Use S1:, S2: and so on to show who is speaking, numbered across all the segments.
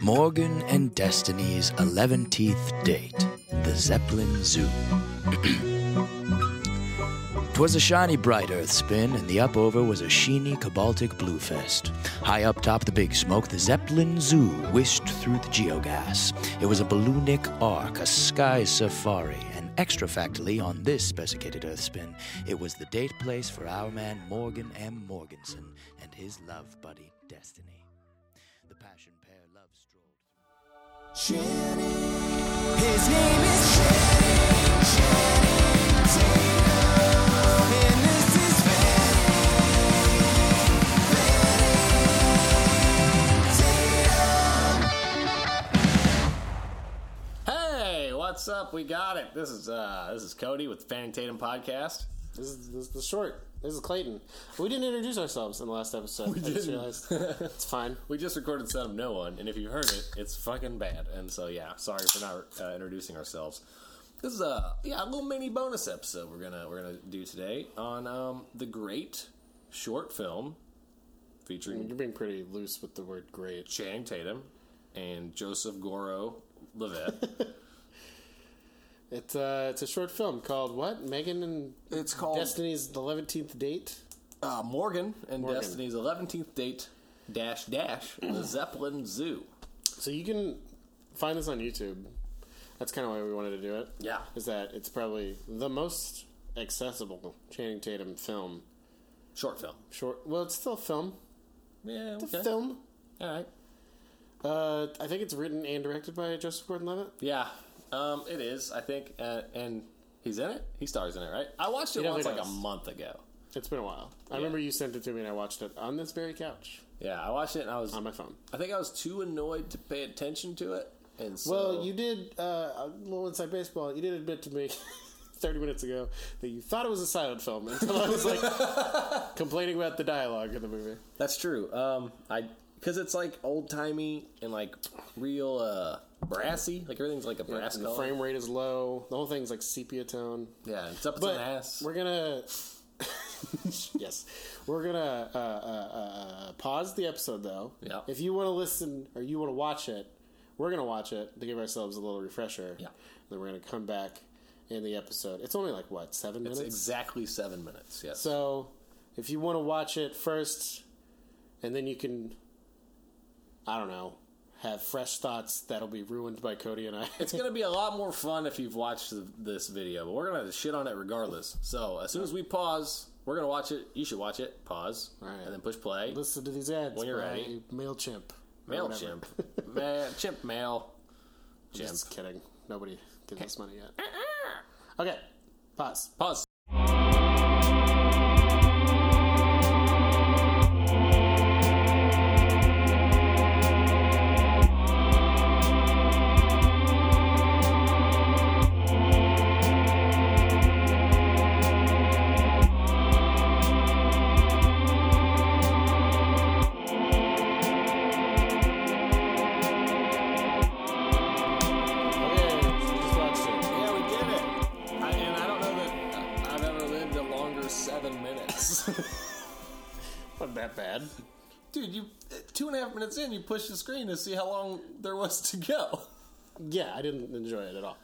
S1: Morgan and Destiny's 11th date, the Zeppelin Zoo. 'Twas a shiny bright earth spin, and the up over was a sheeny Cabaltic blue fest. High up top the big smoke, the Zeppelin Zoo whisked through the geogas. It was a balloonic arc, a sky safari, and extra factly on this desiccated earth spin, it was the date place for our man Morgan M. Morganson and his love buddy Destiny. The passion pair love strolled.
S2: Channing. His name is Channing. Channing Tatum. And this is Fanning. Fanning
S3: Hey, what's up? We got it. This is uh this is Cody with Fanning Tatum podcast.
S4: This is, this is the short. This is Clayton. We didn't introduce ourselves in the last episode. I just
S3: didn't.
S4: realized. It's fine.
S3: We just recorded Son of No One, and if you heard it, it's fucking bad. And so yeah, sorry for not uh, introducing ourselves. This is a yeah, a little mini bonus episode we're gonna we're gonna do today on um the great short film featuring
S4: You're being pretty loose with the word great.
S3: Channing Tatum and Joseph Goro Levitt.
S4: It's, uh, it's a short film called what? Megan and
S3: it's called
S4: Destiny's 11th Date?
S3: uh, Morgan and
S4: Morgan.
S3: Destiny's Eleventeenth Date Dash Dash the Zeppelin Zoo.
S4: So you can find this on YouTube. That's kind of why we wanted to do it.
S3: Yeah.
S4: Is that it's probably the most accessible Channing Tatum film.
S3: Short film.
S4: Short. Well, it's still film.
S3: Yeah,
S4: It's
S3: okay.
S4: a film.
S3: All right.
S4: Uh, I think it's written and directed by Joseph Gordon-Levitt.
S3: Yeah, um, it is. I think, uh, and he's in it. He stars in it, right? I watched it
S4: He
S3: once, like
S4: definitely
S3: a
S4: does.
S3: month ago.
S4: It's been a while. I remember you sent it to me and I watched it on this very couch
S3: Yeah, I watched it, and I was,
S4: on my phone.
S3: I think I was too annoyed to pay attention to it, and so
S4: Well, you did uh, a little inside baseball. You did admit to me thirty minutes ago that you thought it was a silent film until I was like complaining about the dialogue in the movie.
S3: that's true. Um, I because it's like old timey and like real uh, brassy. Like everything's like a brass
S4: And the
S3: color.
S4: frame rate is low. The whole thing's like sepia tone.
S3: Yeah, it's up its
S4: But
S3: own ass.
S4: we're gonna yes, we're gonna uh, uh, uh, pause the episode though.
S3: Yeah.
S4: If you want to listen or you want to watch it, we're gonna watch it to give ourselves a little refresher.
S3: Yeah.
S4: Then we're gonna come back in the episode. It's only like what seven
S3: It's
S4: minutes.
S3: exactly seven minutes. Yes.
S4: So, if you want to watch it first, and then you can, I don't know, have fresh thoughts that'll be ruined by Cody and I.
S3: It's gonna be a lot more fun if you've watched th- this video, but we're gonna shit on it regardless. So as soon as we pause, we're gonna watch it. You should watch it. Pause
S4: Alright.
S3: and then push play.
S4: Listen to these ads.
S3: When you're
S4: by
S3: ready.
S4: Mailchimp. or
S3: Mailchimp, Ma- chimp mail,
S4: whatever.
S3: chimp.
S4: Just kidding. Nobody gives us money yet. Okay, pause.
S3: Pause.
S4: Okay, just watched
S3: Yeah, we did it. I, and I don't know that uh, I've ever lived a longer seven minutes.
S4: it. Not that bad.
S3: Dude, you uh, two and a half minutes in, you push the screen to see how long there was to go.
S4: Yeah, I didn't enjoy it at all.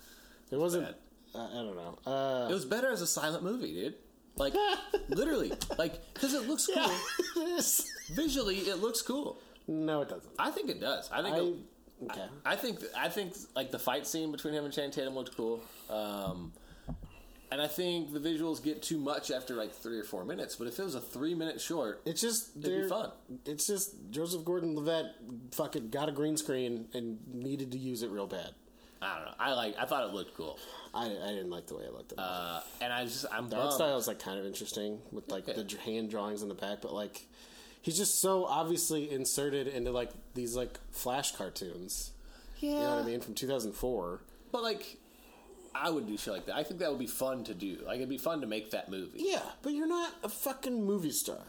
S4: It wasn't.
S3: bad.
S4: I I don't know. Uh,
S3: It was better as a silent movie, dude. Like literally, like because it looks cool
S4: it is.
S3: visually. It looks cool.
S4: No, it doesn't.
S3: I think it does. I think.
S4: I,
S3: it-
S4: okay.
S3: I think I think like the fight scene between him and Channing Tatum looked cool, um, and I think the visuals get too much after like three or four minutes. But if it was a three minute short,
S4: It's just
S3: be
S4: they're-
S3: fun.
S4: It's just Joseph Gordon-Levitt fucking got a green screen and needed to use it real bad.
S3: I don't know. I like I thought it looked cool,
S4: I, I didn't like the way it looked. At all.
S3: uh, and I just I'm
S4: the art
S3: bummed.
S4: style is like kind of interesting with like the dr- hand drawings in the back, but like he's just so obviously inserted into like these like flash cartoons.
S3: Yeah,
S4: You know what I mean? From 2004.
S3: but like I would do shit like that. I think that would be fun to do. Like it'd be fun to make that movie.
S4: Yeah, but you're not a fucking movie star.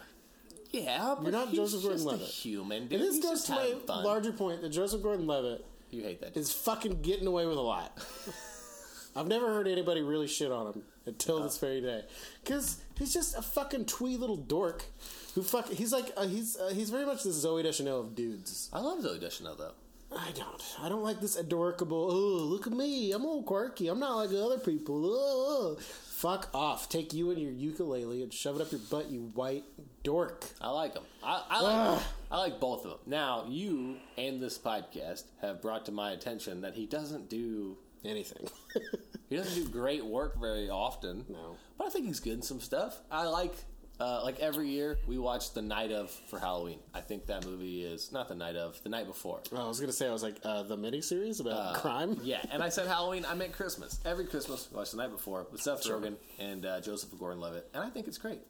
S3: Yeah, but
S4: not
S3: he's
S4: Joseph
S3: just a
S4: Gordon-Levitt.
S3: human. Dude.
S4: And this
S3: He's
S4: goes
S3: just
S4: to my
S3: having fun.
S4: larger point that Joseph Gordon-Levitt
S3: You hate that.
S4: is fucking getting away with a lot. I've never heard anybody really shit on him until this very day, because he's just a fucking twee little dork who fuck. He's like uh, he's uh, he's very much the Zoe Deschanel of dudes.
S3: I love Zoe Deschanel though.
S4: Uh, I don't. I don't like this adorable. Oh, look at me. I'm all quirky. I'm not like other people. Oh, fuck off. Take you and your ukulele and shove it up your butt, you white dork.
S3: I like them. I, I like I like both of them. Now you and this podcast have brought to my attention that he doesn't do
S4: Anything.
S3: he doesn't do great work very often.
S4: No.
S3: but I think he's good in some stuff. I like. Uh, like every year, we watch the night of for Halloween. I think that movie is not the night of, the night before.
S4: I was gonna say I was like uh, the miniseries about crime.
S3: Yeah, and I said Halloween. I meant Christmas. Every Christmas, well, it's the night before with Seth Rogen and uh, Joseph Gordon-Levitt, and I think it's great.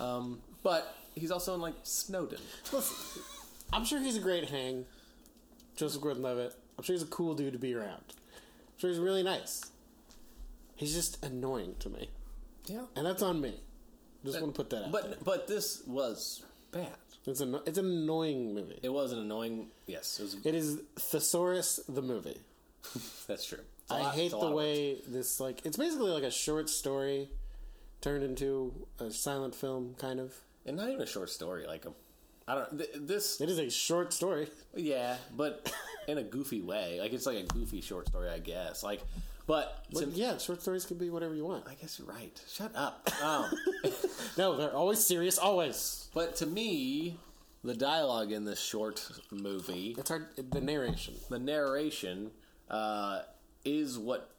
S3: Um, but he's also in like Snowden.
S4: Listen, I'm sure he's a great hang, Joseph Gordon-Levitt. I'm sure he's a cool dude to be around. I'm sure he's really nice. He's just annoying to me,
S3: Yeah,
S4: and that's on me. Just want to put that out. there.
S3: but but this was bad.
S4: it's an it's an annoying movie.
S3: It was an annoying. Yes, it was.
S4: It is Thesaurus the movie.
S3: that's true. It's a
S4: I
S3: lot-
S4: hate
S3: it's a
S4: the
S3: lot of work.
S4: way this like it's basically like a short story turned into a silent film kind of.
S3: and not even a short story. Like a, I don't. Th- this,
S4: It is a short story.
S3: yeah, but in a goofy way. Like it's like a goofy short story, I guess. Like, but, to-
S4: But yeah, short stories can be whatever you want.
S3: I guess you're right. Shut up. Um,
S4: No, they're always serious always.
S3: But to me, the dialogue in this short movie,
S4: It's hard the narration.
S3: the narration, uh, is what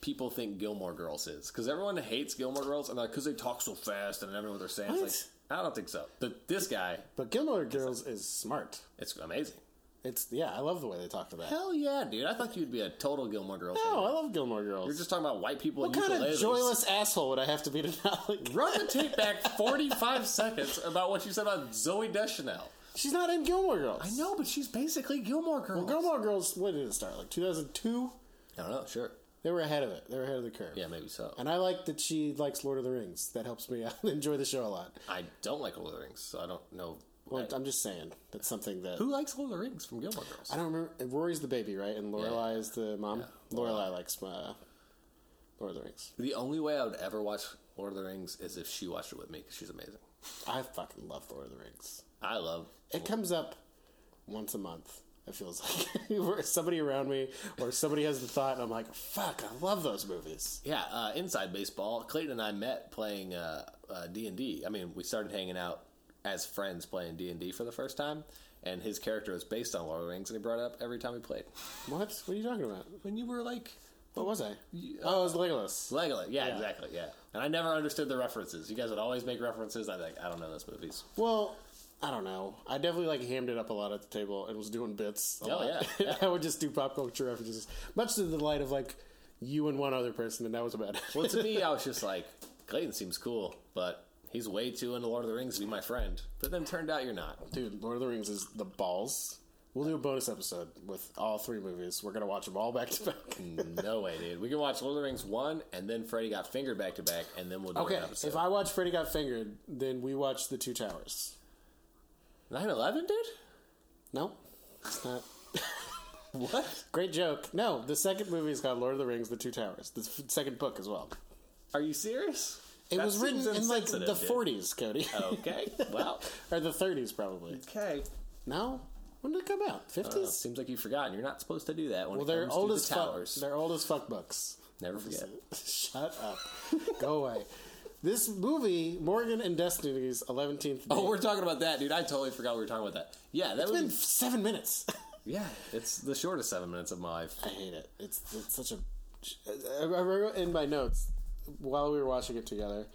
S3: people think Gilmore Girls is. Because everyone hates Gilmore Girls, and because they talk so fast and I never know what they're saying. It's like, I don't think so. But this guy,
S4: But Gilmore Girls is smart.
S3: it's amazing.
S4: It's yeah, I love the way they talk about. it.
S3: Hell yeah, dude! I thought you'd be a total Gilmore Girls. fan.
S4: No, I love Gilmore Girls.
S3: You're just talking about white people.
S4: what
S3: and
S4: kind of
S3: ukuleles.
S4: joyless asshole would I have to be to not like?
S3: Run the tape back 45 seconds about what you said about Zoe Deschanel.
S4: She's not in Gilmore Girls.
S3: I know, but she's basically Gilmore Girls.
S4: Gilmore Girls. When did it start? Like 2002.
S3: I don't know. Sure.
S4: They were ahead of it. They were ahead of the curve.
S3: Yeah, maybe so.
S4: And I like that she likes Lord of the Rings. That helps me out enjoy the show a lot.
S3: I don't like Lord of the Rings, so I don't know.
S4: Well, I'm just saying that's something that
S3: who likes Lord of the Rings from Gilmore Girls?
S4: I don't remember. Rory's the baby, right? And Lorelai is the mom. Lorelai likes uh, Lord of the Rings.
S3: the only way I would ever watch Lord of the Rings is if she watched it with me because she's amazing.
S4: I fucking love Lord of the Rings.
S3: I love.
S4: It comes up once a month. It feels like Where somebody around me or somebody has the thought, and I'm like, "Fuck, I love those movies."
S3: Yeah, uh, inside baseball. Clayton and I met playing D and D. I mean, we started hanging out as friends playing D and D for the first time, and his character was based on Lord of the Rings, and he brought it up every time we played.
S4: What? What are you talking about?
S3: When you were like
S4: What was I? Oh, it was Legolas.
S3: Legolas, yeah, exactly, yeah. And I never understood the references. You guys would always make references. I like, I don't know those movies.
S4: Well, I don't know. I definitely like hammed it up a lot at the table and was doing bits. a
S3: Oh,
S4: lot.
S3: yeah, yeah.
S4: I would just do pop culture references, much to the delight of like you and one other person, and that was about it.
S3: Well, to me, I was just like, Clayton seems cool, but he's way too into Lord of the Rings to be my friend. But then turned out you're not.
S4: Dude, Lord of the Rings is the balls. We'll do a bonus episode with all three movies. We're gonna watch them all back to back.
S3: No way, dude. We can watch Lord of the Rings 1, and then Freddy got fingered back to back, and then we'll do
S4: Okay,
S3: an episode.
S4: if I watch Freddy Got Fingered, then we watch The Two Towers.
S3: 9 11, dude?
S4: No, it's not.
S3: What?
S4: Great joke. No, the second movie is called Lord of the Rings: The Two Towers. The f- second book as well.
S3: Are you serious?
S4: It
S3: That
S4: was written
S3: seems
S4: in like
S3: insensitive,
S4: the
S3: dude. Oh.
S4: forties, Cody,
S3: Okay, well.
S4: or the thirties probably.
S3: Okay.
S4: No, when did it come out? Fifties.
S3: uh, Seems like you've forgotten. You're not supposed to do that when
S4: well,
S3: it
S4: they're
S3: comes
S4: old
S3: to
S4: as
S3: the
S4: fuck.
S3: Oh. towers.
S4: They're old as fuck books.
S3: Never forget.
S4: Shut up. Go away. This movie, Morgan and Destiny's 11th.
S3: Oh, we're talking about that, dude. I totally forgot we were talking about that. Yeah, that
S4: It's
S3: would
S4: been
S3: be-
S4: seven minutes.
S3: yeah. It's the shortest seven minutes of my life.
S4: I hate it. It's, it's such a. I I wrote in my notes while we were watching it together.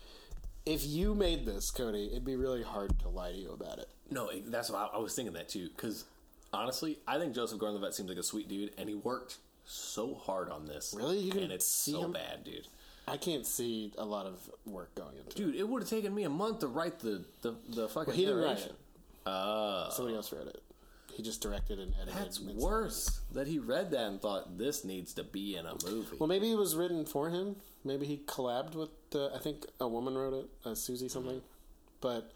S4: If you made this, Cody, it'd be really hard to lie to you about it.
S3: No, it- that's why I, I was thinking that too. Because honestly, I think Joseph Gordon-Levitt seems like a sweet dude, and he worked so hard on this.
S4: Really? You can
S3: and it's
S4: see
S3: so
S4: him-
S3: bad, dude.
S4: I can't see a lot of work going into it.
S3: Dude, it would have taken me a month to write the the, the fucking
S4: He didn't write
S3: narration.
S4: it. Somebody else wrote it. He just directed and edited.
S3: That's
S4: and it's-
S3: worse that he read that and thought this needs to be in a movie.
S4: Well, maybe it was written for him. Maybe he collabed with. The, I think a woman wrote it, uh,
S3: Mm-hmm.
S4: Susie something. But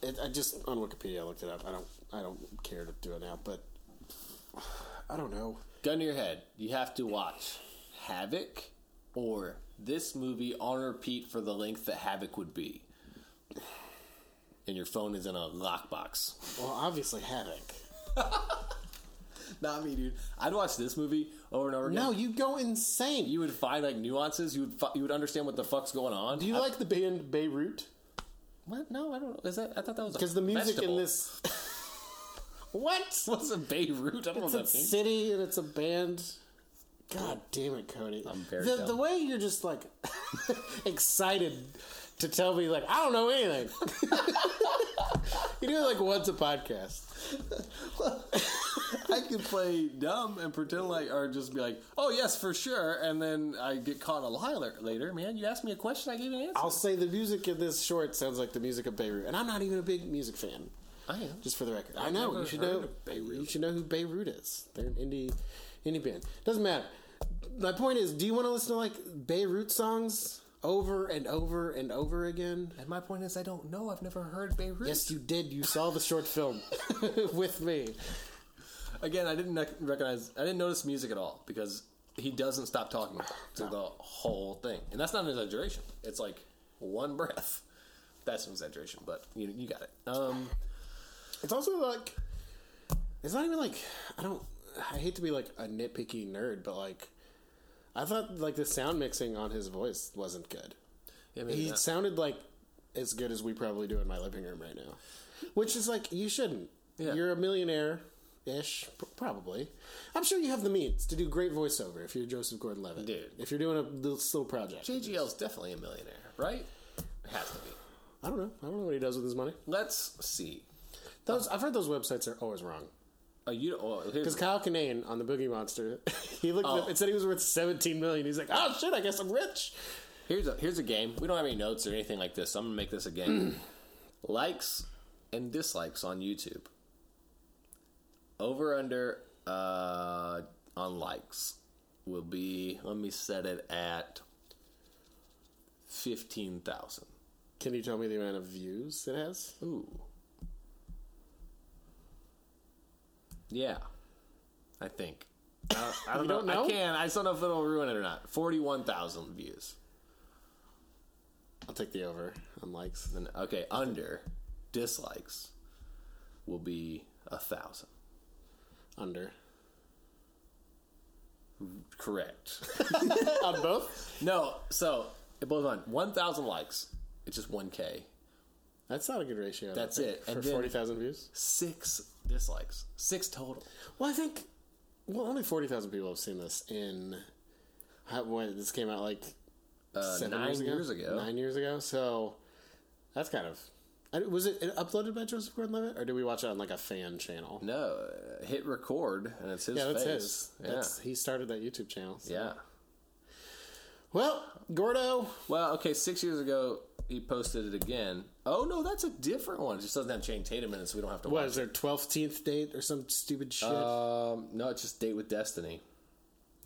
S4: it, I just on Wikipedia I looked it up. I don't. I don't care to do it now. But I don't know.
S3: Gun to your head, you have to watch Havoc or this movie on repeat for the length that Havoc would be. And your phone is in a lockbox.
S4: Well, obviously Havoc.
S3: Not me, dude. I'd watch this movie over and over again.
S4: No, you go insane.
S3: you would find like nuances. You would fi- you would understand what the fuck's going on.
S4: Do you like the band Beirut?
S3: What? No, I don't. know. Is that? I thought that was a
S4: Because the music
S3: vegetable.
S4: in this. what?
S3: What's a Beirut? I don't
S4: It's
S3: know
S4: a
S3: what that means.
S4: city and it's a band. God damn it, Cody.
S3: I'm very
S4: the,
S3: dumb.
S4: the way you're just like excited to tell me, like, I don't know anything. you do it like once a podcast.
S3: I could play dumb and pretend like, or just be like, "Oh yes, for sure," and then I get caught a lie la- later. Man, you asked me a question, I gave you an answer.
S4: I'll say the music in this short sounds like the music of Beirut, and I'm not even a big music fan.
S3: I am.
S4: Just for the record, i know
S3: never
S4: you should
S3: heard
S4: know.
S3: of Beirut.
S4: You should know who Beirut is. They're an indie indie band. Doesn't matter. My point is, do you want to listen to like Beirut songs over and over and over again?
S3: and my point is, I don't know. I've never heard Beirut.
S4: Yes, you did. You saw the short film with me.
S3: Again, I didn't nec- recognize. I didn't notice music at all because he doesn't stop talking to the whole thing, and that's not an exaggeration. It's like one breath. That's an exaggeration, but you you got it. Um,
S4: It's also like it's not even like I don't. I hate to be like a nitpicky nerd, but like I thought like the sound mixing on his voice wasn't good.
S3: yeah, maybe
S4: He
S3: not.
S4: sounded like as good as we probably do in my living room right now, which is like you shouldn't.
S3: Yeah.
S4: You're a millionaire ish, probably. I'm sure you have the means to do great voiceover if you're Joseph Gordon-Levitt.
S3: Dude.
S4: if you're doing a little, little project,
S3: JGL's definitely a millionaire, right? Has to be.
S4: I don't know. I don't know what he does with his money.
S3: Let's see.
S4: Those I've heard those websites are always wrong.
S3: Oh, you don't. Oh, here's,
S4: Because Kyle Kinane on the Boogie Monster, he looked
S3: Oh.
S4: it up. It said he was worth seventeen million. He's like, oh shit, I guess I'm rich.
S3: here's a here's a game. We don't have any notes or anything like this. So I'm gonna make this a game. Likes and dislikes on YouTube. Over under uh, on likes will be. Let me set it at fifteen thousand.
S4: Can you tell me the amount of views it has?
S3: Ooh. Yeah, I think. I, I don't,
S4: You
S3: know.
S4: don't know?
S3: I can. I just don't know if it'll ruin it or not. Forty-one thousand views.
S4: I'll take the over on likes.
S3: Then okay, under dislikes will be a thousand.
S4: Under
S3: Correct.
S4: on both.
S3: no, so it blows on one thousand likes. It's just one k.
S4: That's not a good ratio. I don't
S3: That's
S4: think,
S3: it.
S4: for
S3: And then-
S4: forty thousand views.
S3: Six dislikes. Six total.
S4: Well, I think well only forty thousand people have seen this in how, when this came out like
S3: Uh,
S4: seven
S3: nine
S4: years, ago?
S3: years ago.
S4: Nine years ago. So that's kind of. I- Was it uploaded by Joseph Gordon-Levitt, or did we watch it on like a fan channel?
S3: No, uh, hit record and it's his
S4: Yeah, that's
S3: face.
S4: his.
S3: Yeah.
S4: That's, he started that YouTube channel. so-
S3: yeah.
S4: Well, Gordo.
S3: Well, okay, six years ago he posted it again. Oh no, that's a different one. It just doesn't have Channing Tatum in it, so we don't have to
S4: What
S3: watch
S4: is their twelfth date or some stupid shit?
S3: it. Um, no, it's just Date with Destiny.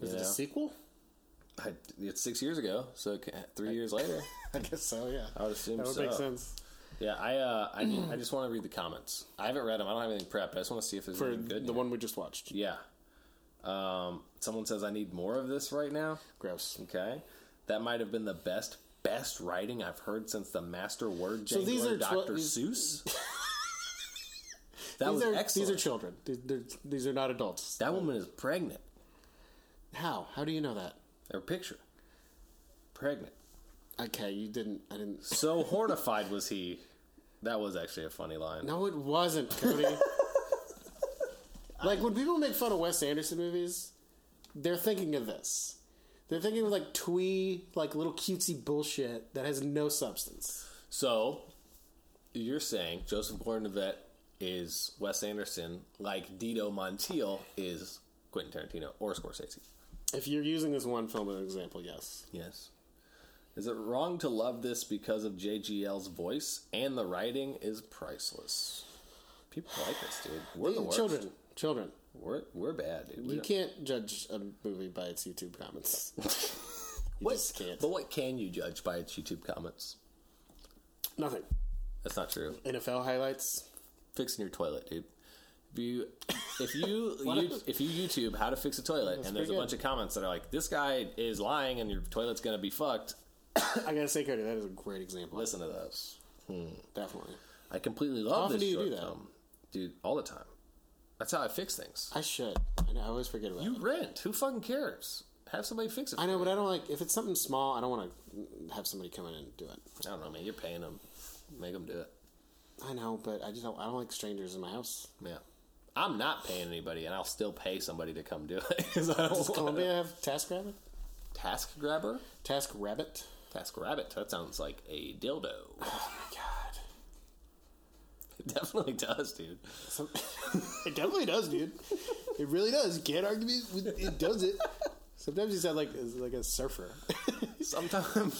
S4: is it
S3: yeah.
S4: a sequel?
S3: I, it's six years ago, so it ca- three years later.
S4: I guess so. Yeah,
S3: I would assume
S4: that would
S3: so. Oh,
S4: make sense
S3: Yeah, I uh, I, need- I just want to read the comments. I haven't read them. I don't have anything prepped. I just want to see if there's
S4: for
S3: anything good.
S4: the
S3: in
S4: one we just watched.
S3: here. Yeah. Um, someone says I need more of this right now.
S4: Gross.
S3: Okay, that might have been the best best writing I've heard since the master word
S4: So
S3: jangler
S4: these are
S3: Dr.
S4: twe-
S3: Seuss. that
S4: these
S3: was
S4: are
S3: excellent.
S4: these are children. These, they're, these are not adults.
S3: that woman is pregnant.
S4: How? How do you know that?
S3: Her picture, pregnant.
S4: Okay, you didn't. I didn't.
S3: So horrified was he. That was actually a funny line.
S4: No, it wasn't, Cody. like when people make fun of Wes Anderson movies, they're thinking of this. They're thinking of like twee, like little cutesy bullshit that has no substance.
S3: So, you're saying Joseph Gordon-Levitt is Wes Anderson, like Dito Montiel is Quentin Tarantino or Scorsese.
S4: If you're using this one film as an example, yes.
S3: Yes. Is it wrong to love this because of JGL's voice and the writing is priceless? People like this, dude. We're the worst.
S4: children, children,
S3: We're, we're bad, dude. We
S4: you
S3: don't-
S4: can't judge a movie by its YouTube comments. you
S3: What-
S4: just can't.
S3: But what can you judge by its YouTube comments?
S4: Nothing.
S3: That's not true.
S4: NFL highlights.
S3: Fixing your toilet, dude. If you if you, you if you YouTube how to fix a toilet and there's a
S4: pretty
S3: bunch of comments that are like this guy is lying and your toilet's gonna be fucked,
S4: I gotta say, Cody, that is a great example.
S3: listen to those.
S4: Definitely.
S3: I completely love
S4: often
S3: this um,
S4: do you
S3: short
S4: do that?
S3: film, dude. All the time. That's how I fix things.
S4: I should. I, know, I always forget about.
S3: You
S4: it.
S3: rent. Who fucking cares? Have somebody fix it.
S4: I
S3: for
S4: know,
S3: you.
S4: but I don't like if it's something small. I don't want to have somebody come in and do it.
S3: I don't know, man. You're paying them. Make them do it.
S4: I know, but I just don't, I don't like strangers in my house.
S3: Yeah. I'm not paying anybody, and I'll still pay somebody to come do it because I
S4: Does
S3: don't want
S4: Columbia have Task Rabbit?
S3: task grabber,
S4: Task Rabbit?
S3: task rabbit. That sounds like a dildo.
S4: Oh my god!
S3: It definitely does, dude.
S4: Some, it definitely does, dude. It really does. You can't argue me. with- It does it. Sometimes you sound like like a surfer.
S3: Sometimes,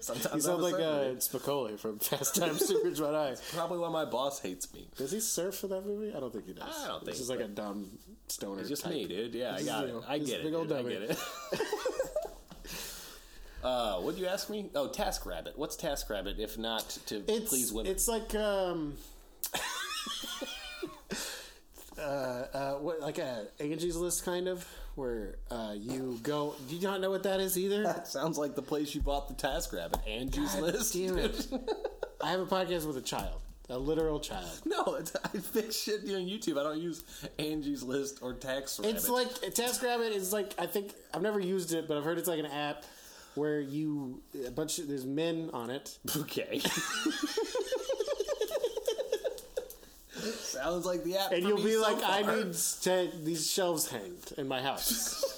S3: sometimes
S4: You sound
S3: I'm
S4: like uh,
S3: certain.
S4: Spicoli from Fast Times at Ridgemont High.
S3: probably why my boss hates me.
S4: Does he surf in that movie? I don't think he does.
S3: I don't think
S4: He's just
S3: so.
S4: like a dumb stoner.
S3: It's just
S4: type.
S3: me, dude. Yeah, I
S4: It's
S3: got
S4: you.
S3: it. I
S4: It's
S3: get
S4: a
S3: it.
S4: big old
S3: dude. I
S4: dummy.
S3: get it. uh, what'd you ask me? Oh, Task Rabbit. What's Task Rabbit? If not to
S4: It's,
S3: please women,
S4: It's like um, uh, uh, what like a Angie's List kind of where uh, you go. Do you not know what that is either?
S3: That sounds like the place you bought the Task Rabbit. Angie's List.
S4: damn it.
S3: dude.
S4: I have a podcast with a child, a literal child.
S3: No, it's, I fix shit on YouTube. I don't use Angie's List or Tax Rabbit.
S4: It's like TaskRabbit is like I think I've never used it, but I've heard it's like an app where you a bunch of, there's men on it.
S3: okay. Sounds like the app,
S4: And
S3: for
S4: you'll
S3: me
S4: be
S3: so
S4: like, I
S3: far."
S4: need to, these shelves hanged in my house.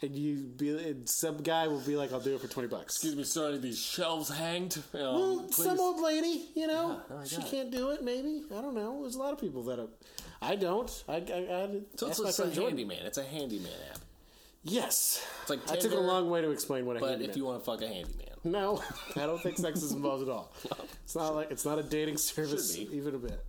S4: and you be, and some guy will be like, I'll do it for twenty bucks.
S3: Excuse me, sir. I need These shelves hanged. Um,
S4: Well,
S3: please.
S4: some old lady, you know,
S3: I
S4: she
S3: got it.
S4: can't do it. Maybe I don't know. There's a lot of people that are, I don't. I, I, I
S3: so it's,
S4: ask my
S3: it's a
S4: friend Jordan.
S3: handyman. It's a handyman app.
S4: Yes,
S3: It's like
S4: I took a
S3: Tinder,
S4: long way to explain what a
S3: But
S4: handyman.
S3: if you want to fuck a handyman,
S4: No, I don't think sex is involved at all. It's not like it's not a dating service
S3: Should be. Uh,
S4: even a bit.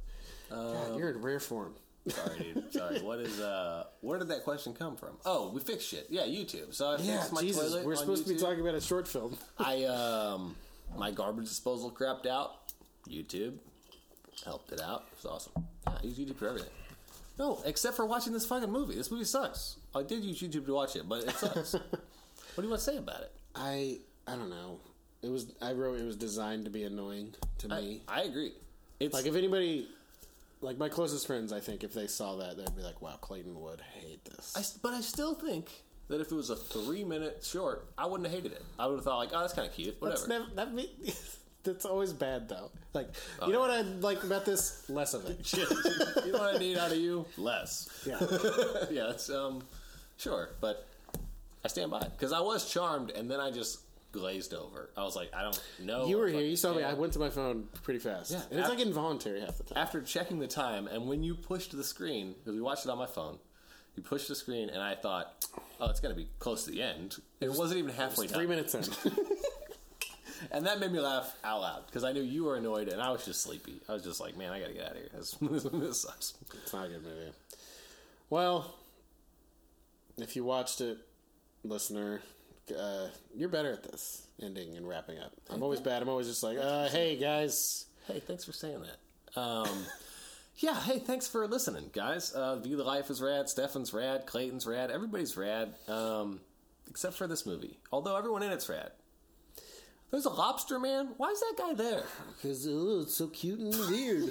S4: God, you're in rare form.
S3: sorry, dude. Sorry. What is uh? Where did that question come from? Oh, we fixed shit. Yeah, YouTube. So I
S4: Yeah,
S3: fixed my
S4: Jesus,
S3: toilet
S4: we're
S3: on
S4: supposed to be
S3: YouTube.
S4: talking about a short film.
S3: I um my garbage disposal crapped out. YouTube helped it out. It's awesome. Yeah, I use YouTube for everything. No, except for watching this fucking movie. This movie sucks. I did use YouTube to watch it, but it sucks. what do you want to say about it?
S4: I I don't know. It was I wrote it was designed to be annoying to
S3: I,
S4: me.
S3: I agree. It's
S4: Like if anybody, like my closest friends, I think if they saw that, they'd be like, "Wow, Clayton would hate this."
S3: I s but I still think that if it was a three minute short, I wouldn't have hated it. I would have thought like, oh, that's kind of cute. Whatever.
S4: That's never that. Be, that's always bad though. Like you know
S3: Oh,
S4: what I like about this? Less of it.
S3: you know what I need out of you? Less.
S4: Yeah.
S3: yeah, it's um, sure, but I stand by it because I was charmed, and then I just glazed over. I was like, I don't know.
S4: You were
S3: if I
S4: here. You saw me.
S3: can.
S4: I went to my phone pretty fast.
S3: Yeah.
S4: and it's
S3: Af-
S4: like involuntary half the time.
S3: after checking the time, and when you pushed the screen because we watched it on my phone. You pushed the screen, and I thought, "Oh, it's gonna be close to the end." It wasn't even halfway
S4: Three
S3: done,
S4: minutes in.
S3: and that made me laugh out loud because I knew you were annoyed, and I was just sleepy. I was just like, "Man, I gotta get out of here. This, this sucks."
S4: it's not a good movie. Well, if you watched it, listener, uh, you're better at this ending and wrapping up. I'm always bad. I'm always just like, uh, hey guys,
S3: Hey, thanks for saying that. Um, yeah, hey, thanks for listening, guys. Uh, View the Life is rad. Stefan's rad. Clayton's rad. Everybody's rad, um, except for this movie. Although everyone in it's rad. There's a lobster man. Why is that guy there?
S4: because ooh, it's so cute and weird.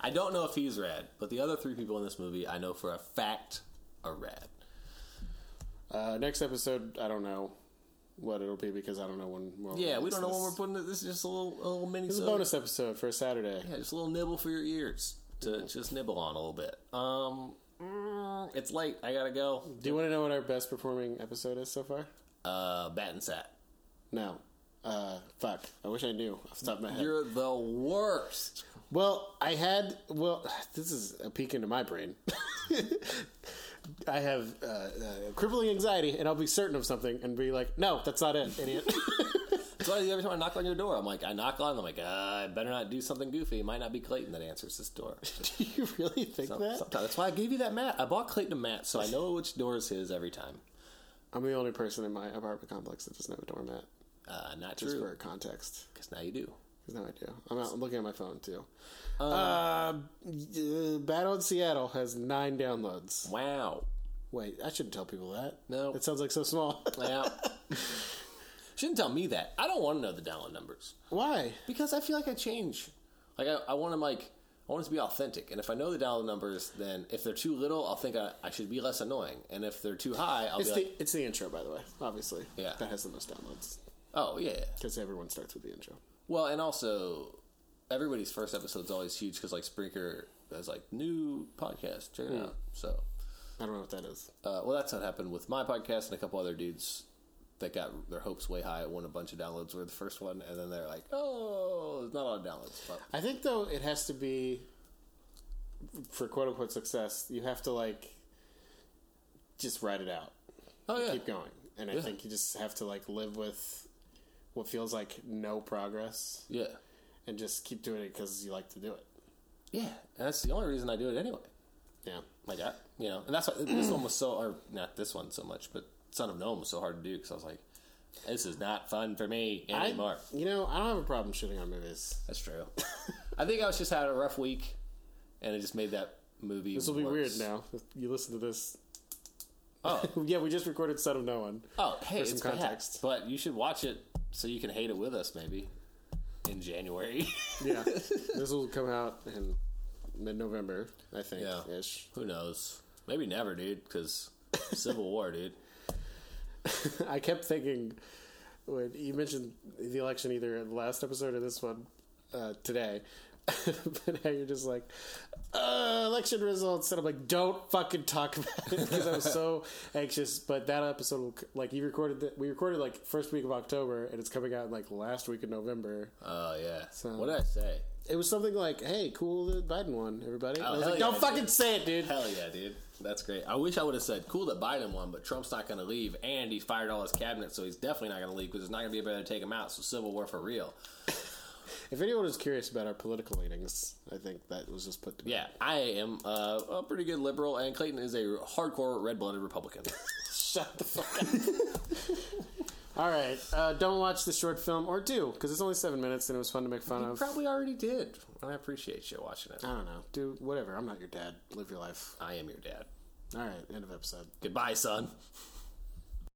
S3: I don't know if he's rad, but the other three people in this movie, I know for a fact, are rad.
S4: uh, next episode, I don't know what it'll be because I don't know when. We'll
S3: Yeah, we don't know
S4: release
S3: when we're
S4: this.
S3: putting it. This is just a little, a little mini.
S4: This is a bonus episode for a Saturday.
S3: Yeah, just a little nibble for your ears
S4: Mm-hmm.
S3: to just nibble on a little bit. Um, mm, it's late. I gotta go.
S4: Do you want to know what our best performing episode is so far?
S3: Uh, bat and sat.
S4: No. Uh, fuck. I wish I knew off the top of my head.
S3: You're the worst.
S4: Well, I had well, this is a peek into my brain. I have uh, uh, crippling anxiety, and I'll be certain of something and be like, "No, that's not it, idiot."
S3: That's why every time I knock on your door, I'm like, I knock on, I'm like, uh, I better not do something goofy. It might not be Clayton that answers this door.
S4: Do you really think that?
S3: Sometimes. That's why I gave you that mat. I bought Clayton a mat, so I know which door is his every time.
S4: I'm the only person in my apartment complex that doesn't have a doormat.
S3: Uh, not
S4: Just
S3: true,
S4: for context,
S3: because now you do.
S4: because now I do. I'm out looking at my phone too. Uh, uh, Battle in Seattle has nine downloads.
S3: Wow.
S4: Wait, I shouldn't tell people that.
S3: No.
S4: that sounds like so small.
S3: Wow. Shouldn't tell me that. I don't want to know the download numbers
S4: Why?
S3: because I feel like I change. Like I, I want to like I want it to be authentic. And if I know the dial numbers, then if they're too little, I'll think I, I should be less annoying. And if they're too high, I'll
S4: It's
S3: be
S4: the
S3: like,
S4: it's the intro, by the way. Obviously,
S3: Yeah.
S4: that has the most downloads
S3: oh, yeah.
S4: because everyone starts with the intro.
S3: Well, and also everybody's first episode's always huge because like Spreaker has like new podcast, check it out. So,
S4: I don't know what that is.
S3: uh, well, that's what happened with my podcast and a couple other dudes that got their hopes way high, won a bunch of downloads. Were the first one, and then they're like, oh, it's not a lot of downloads. But
S4: I think though it has to be for quote unquote success. You have to like just write it out,
S3: oh yeah,
S4: keep going, and I think you just have to like live with what feels like no progress,
S3: yeah,
S4: and just keep doing it because you like to do it.
S3: yeah. And that's the only reason I do it anyway.
S4: Yeah,
S3: Like I, you know, and that's why this one was so, or not this one so much, but Son of Gnome was so hard to do because I was like, this is not fun for me
S4: I
S3: anymore.
S4: you know I don't have a problem shooting on movies.
S3: That's true. I think I was just having a rough week, and it just made that movie.
S4: This will be weird now. You listen to this. yeah, we just recorded "Son of No One."
S3: Oh, hey,
S4: some
S3: it's bad,
S4: context.
S3: but you should watch it so you can hate it with us maybe in January.
S4: Yeah, this will come out in mid-November, I think.
S3: Yeah.
S4: Ish.
S3: Who knows? Maybe never, dude. Because Civil War, dude.
S4: I kept thinking when you mentioned the election either in the last episode or this one uh, today. but now you're just like uh, election results, and I'm like, don't fucking talk about it because I was so anxious. But that episode, will, c- like, you recorded that we recorded like first week of October, and it's coming out like last week of November.
S3: Oh yeah. what did I say?
S4: It was something like, "Hey, cool that Biden won, everybody." And I was
S3: Oh, hell
S4: like,
S3: yeah,
S4: "Don't
S3: I
S4: fucking
S3: did."
S4: say it, dude."
S3: Hell yeah, dude. That's great. I wish I would have said, cool that Biden won, but Trump's not going to leave, and he fired all his cabinet, so he's definitely not going to leave because there's not going to be anybody to take him out. So Civil War for real.
S4: If anyone was curious about our political leanings, I think that was just put. To
S3: Yeah, I am uh, a pretty good liberal, and Clayton is a hardcore red blooded Republican.
S4: Shut the fuck up. All right, uh, don't watch the short film, or do because it's only seven minutes and it was fun to make fun of.
S3: Probably already did. and I appreciate you watching it.
S4: I don't know, do whatever. I'm not your dad. Live your life.
S3: I am your dad.
S4: All right, end of episode.
S3: Goodbye, son.